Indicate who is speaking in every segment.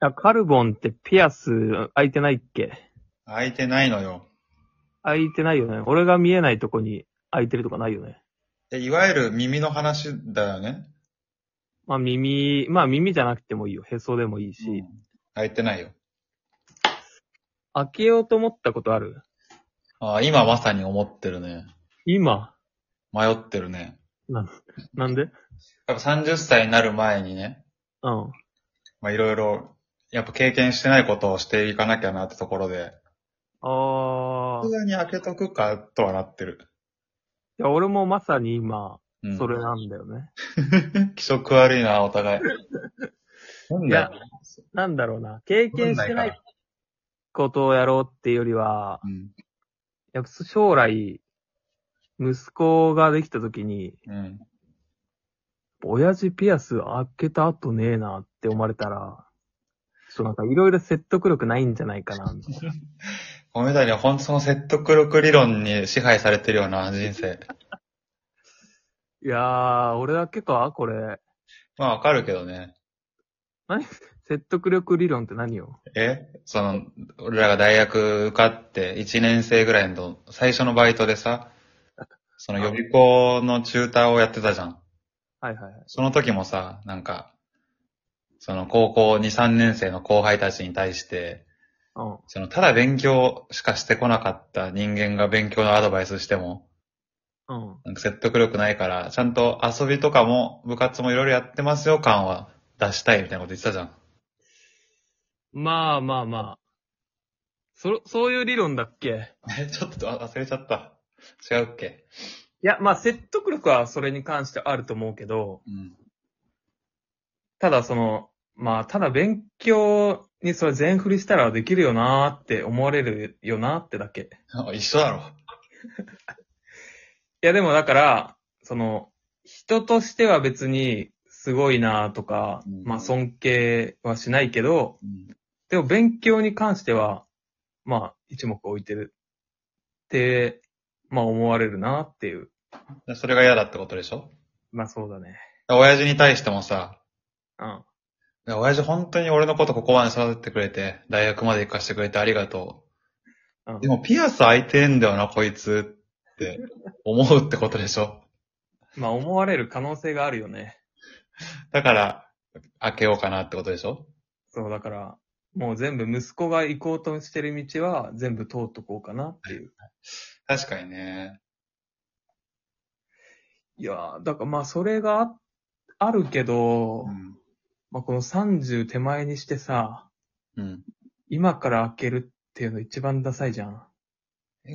Speaker 1: あ、カルボンってピアス開いてないっけ
Speaker 2: 開いてないのよ。
Speaker 1: 開いてないよね。俺が見えないとこに開いてるとかないよね。
Speaker 2: え、いわゆる耳の話だよね。
Speaker 1: まあ耳、まあ耳じゃなくてもいいよ。へそでもいいし。
Speaker 2: 開いてないよ。
Speaker 1: 開けようと思ったことある
Speaker 2: ああ、今まさに思ってるね。
Speaker 1: 今
Speaker 2: 迷ってるね。
Speaker 1: なんで
Speaker 2: やっぱ30歳になる前にね、
Speaker 1: うん。
Speaker 2: まあいろいろ、やっぱ経験してないことをしていかなきゃなってところで、
Speaker 1: あ
Speaker 2: さ
Speaker 1: ー
Speaker 2: す。がに開けとくかとはなってる。
Speaker 1: いや、俺もまさに今、
Speaker 2: うん、
Speaker 1: それなんだよね。
Speaker 2: 気色悪いな、お互い。なんだよ
Speaker 1: なんだろうな。経験してないことをやろうっていうよりは、
Speaker 2: うん。
Speaker 1: やっぱ将来、息子ができた時に、
Speaker 2: うん。
Speaker 1: 親父ピアス開けた後ねえなって思われたら、ちょっとなんかいろいろ説得力ないんじゃないかな。
Speaker 2: おめだにはほんとその説得力理論に支配されてるような人生。
Speaker 1: いやー、俺だけかこれ。
Speaker 2: まあわかるけどね。
Speaker 1: 説得力理論って何よ
Speaker 2: えその、俺らが大学受かって1年生ぐらいの最初のバイトでさ、その予備校のチューターをやってたじゃん。
Speaker 1: はいはいはい。
Speaker 2: その時もさ、なんか、その高校2、3年生の後輩たちに対して、
Speaker 1: うん。
Speaker 2: そのただ勉強しかしてこなかった人間が勉強のアドバイスしても、
Speaker 1: うん。
Speaker 2: なんか説得力ないから、ちゃんと遊びとかも部活もいろいろやってますよ感は出したいみたいなこと言ってたじゃん。
Speaker 1: まあまあまあ。そ、そういう理論だっけ
Speaker 2: え、 ちょっとあ忘れちゃった。違うっけ
Speaker 1: いや、まあ説得力はそれに関してあると思うけど、
Speaker 2: うん。
Speaker 1: ただその、まあただ勉強にそれ全振りしたらできるよなーって思われるよなーってだけ。
Speaker 2: あ一緒だろ。
Speaker 1: いやでもだから、その、人としては別にすごいなとか、
Speaker 2: うん
Speaker 1: まあ尊敬はしないけど、
Speaker 2: うん。
Speaker 1: でも勉強に関しては、まあ一目置いてるって、まあ思われるなっていう。
Speaker 2: でそれが嫌だってことでしょ
Speaker 1: まあそうだね。
Speaker 2: で親父に対してもさ、
Speaker 1: うん。
Speaker 2: いや親父本当に俺のことここまで育ててくれて、大学まで行かせてくれてありがと
Speaker 1: う
Speaker 2: う。
Speaker 1: ん
Speaker 2: で、もピアス開いてんだよな、こいつって思うってことでしょ
Speaker 1: まあ思われる可能性があるよね。
Speaker 2: だから、開けようかなってことでしょ
Speaker 1: そうだから、もう全部息子が行こうとしてる道は全部通っとこうかなっていう。
Speaker 2: 確かにね。
Speaker 1: いやー、だからまあそれがああるけど、
Speaker 2: うん。
Speaker 1: まあこの30手前にしてさ、
Speaker 2: うん。
Speaker 1: 今から開けるっていうの一番ダサいじゃん。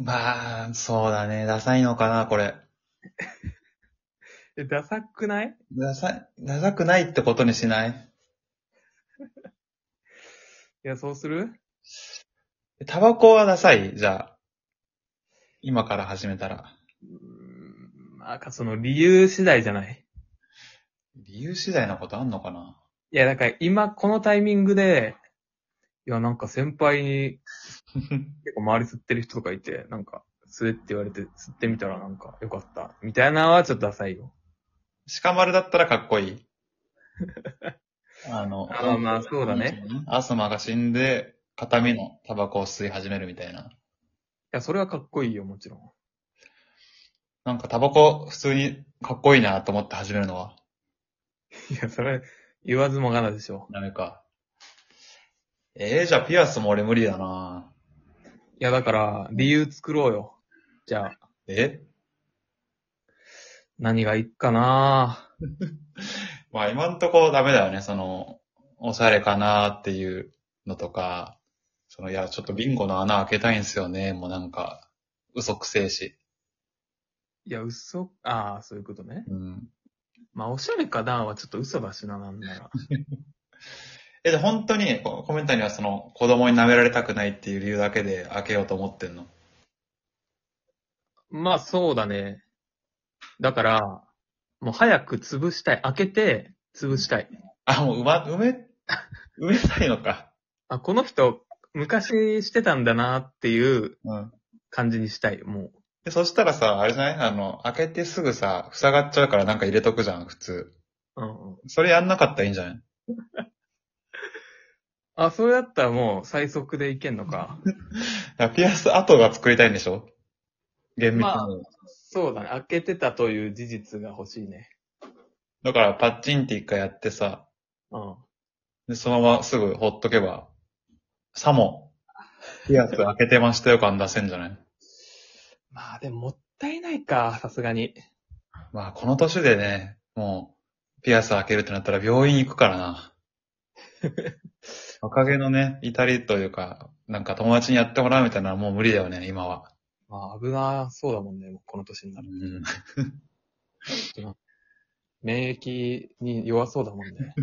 Speaker 2: まあ、そうだね。ダサいのかな、これ。
Speaker 1: え、ダサくない
Speaker 2: ダサい、ダサくないってことにしない
Speaker 1: いや、そうする
Speaker 2: タバコはダサいじゃあ。今から始めたら。
Speaker 1: うーん、なんかその理由次第じゃない。
Speaker 2: 理由次第なことあんのかない
Speaker 1: や、だから今このタイミングで、いや、なんか先輩に結構周り吸ってる人とかいて、なんか、吸えって言われて吸ってみたらなんかよかった。みたいなのはちょっとダサいよ。
Speaker 2: 鹿丸だったらかっこいい。 あの、
Speaker 1: あまあまあそうだね。
Speaker 2: アスマが死んで、片身のタバコを吸い始めるみたいな。
Speaker 1: いや、それはかっこいいよ、もちろん。
Speaker 2: なんかタバコ普通にかっこいいなと思って始めるのはい
Speaker 1: や、それ、言わずもがなでしょ。
Speaker 2: ダメか。ええじゃあピアスも俺無理だない
Speaker 1: や、だから、理由作ろうよ。じゃあ、
Speaker 2: え
Speaker 1: 何がいいかな
Speaker 2: まあ今んとこダメだよね。その、おしゃれかなっていうのとか、その、いや、ちょっとビンゴの穴開けたいんですよね。もうなんか、嘘くせえし。
Speaker 1: いや、嘘、ああ、そういうことね。
Speaker 2: うん。
Speaker 1: まあ、おしゃれかなはちょっと嘘だしな、なんなら。
Speaker 2: え、で、本当に、こコメントにはその、子供に舐められたくないっていう理由だけで開けようと思ってんの。
Speaker 1: まあ、そうだね。だから、もう早く潰したい。開けて、潰したい。
Speaker 2: あ、もう、うま、埋め、 埋めたいのか。
Speaker 1: あ、この人、昔してたんだなっていう
Speaker 2: うん。
Speaker 1: 感じにしたい、もう。
Speaker 2: で、そしたらさ、あれじゃないあの、開けてすぐさ、塞がっちゃうからなんか入れとくじゃん、普通。
Speaker 1: うんうん、
Speaker 2: それやんなかったらいいんじゃない
Speaker 1: あ、それだったらもう最速でいけんのか。
Speaker 2: だからピアス跡が作りたいんでしょ厳密に。
Speaker 1: まそうだね。開けてたという事実が欲しいね。
Speaker 2: だからパッチンって一回やってさ、
Speaker 1: うん。
Speaker 2: で、そのまますぐほっとけば、さも、ピアス開けてましたよ感出せんじゃない
Speaker 1: まあでももったいないか、さすがに。
Speaker 2: まあ、この年でね、もう、ピアス開けるってなったら病院行くから な。おかげのね、至りというか、なんか友達にやってもらうみたいなのはもう無理だよね、今は。
Speaker 1: まあ危なそうだもんね、もうこの年に
Speaker 2: う
Speaker 1: なる。
Speaker 2: ん。
Speaker 1: 免疫に弱そうだもんね。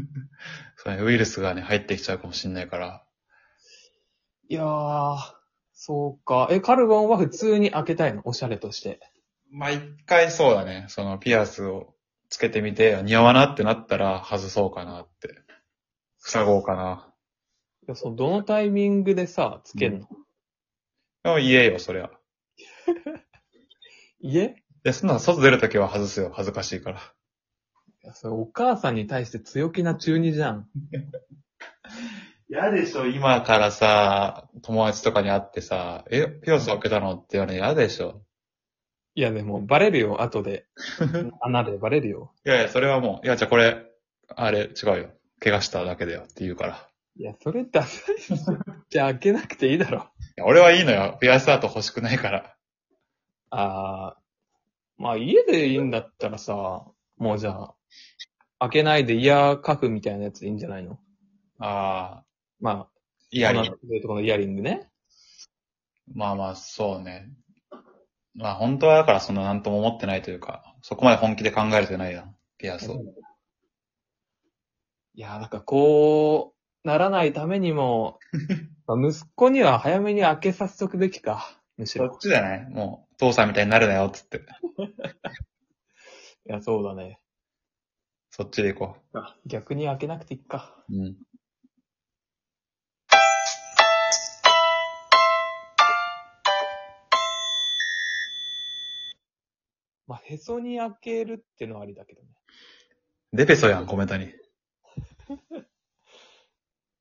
Speaker 2: そうねウイルスがね、入ってきちゃうかもしんないから。
Speaker 1: いやー、そうか。え、カルボンは普通に開けたいのおしゃれとして。
Speaker 2: まあ、一回そうだね、そのピアスをつけてみて、似合わなってなったら外そうかなって。塞ごうかな。
Speaker 1: いや、その、どのタイミングでさ、つけんの、
Speaker 2: でも言えよ、そりゃ。
Speaker 1: 家い
Speaker 2: で、そんな外出るときは外すよ、恥ずかしいから。
Speaker 1: や、それお母さんに対して強気な中二じゃん。
Speaker 2: 嫌でしょ、今からさ、友達とかに会ってさ、え、ピアス開けたのって言われるの嫌でしょ。
Speaker 1: いや、でも、バレるよ、後 で。穴でバレるよ。
Speaker 2: いやいや、それはもう、いや、じゃあこれ、あれ、違うよ。怪我しただけだよって言うから。
Speaker 1: いや、それダサいっしょじゃあ開けなくていいだろ。
Speaker 2: いや、俺はいいのよ。ピアスアート欲しくないから。
Speaker 1: あー、まあ家でいいんだったらさ、もうじゃあ、開けないでイヤーカフみたいなやつでいいんじゃないの
Speaker 2: ああ、
Speaker 1: まあ、
Speaker 2: イヤリン
Speaker 1: このこのイヤリングね。
Speaker 2: まあまあ、そうね。まあ本当はだからそんな何とも思ってないというか、そこまで本気で考えれてないやん、ピアスを。
Speaker 1: いやー、なんかこう、ならないためにも、 まあ息子には早めに開けさせとくべきか。むし
Speaker 2: そ
Speaker 1: ろ
Speaker 2: っ。ちじゃないもう、父さんみたいになるなよ、つって。
Speaker 1: いや、そうだね。
Speaker 2: そっちで行こ
Speaker 1: 逆に開けなくていいか。
Speaker 2: う。うん。
Speaker 1: まあ、へそに開けるってのはありだけどね。
Speaker 2: デペソやん、コメントに。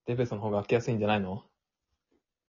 Speaker 1: デペソの方が開けやすいんじゃないの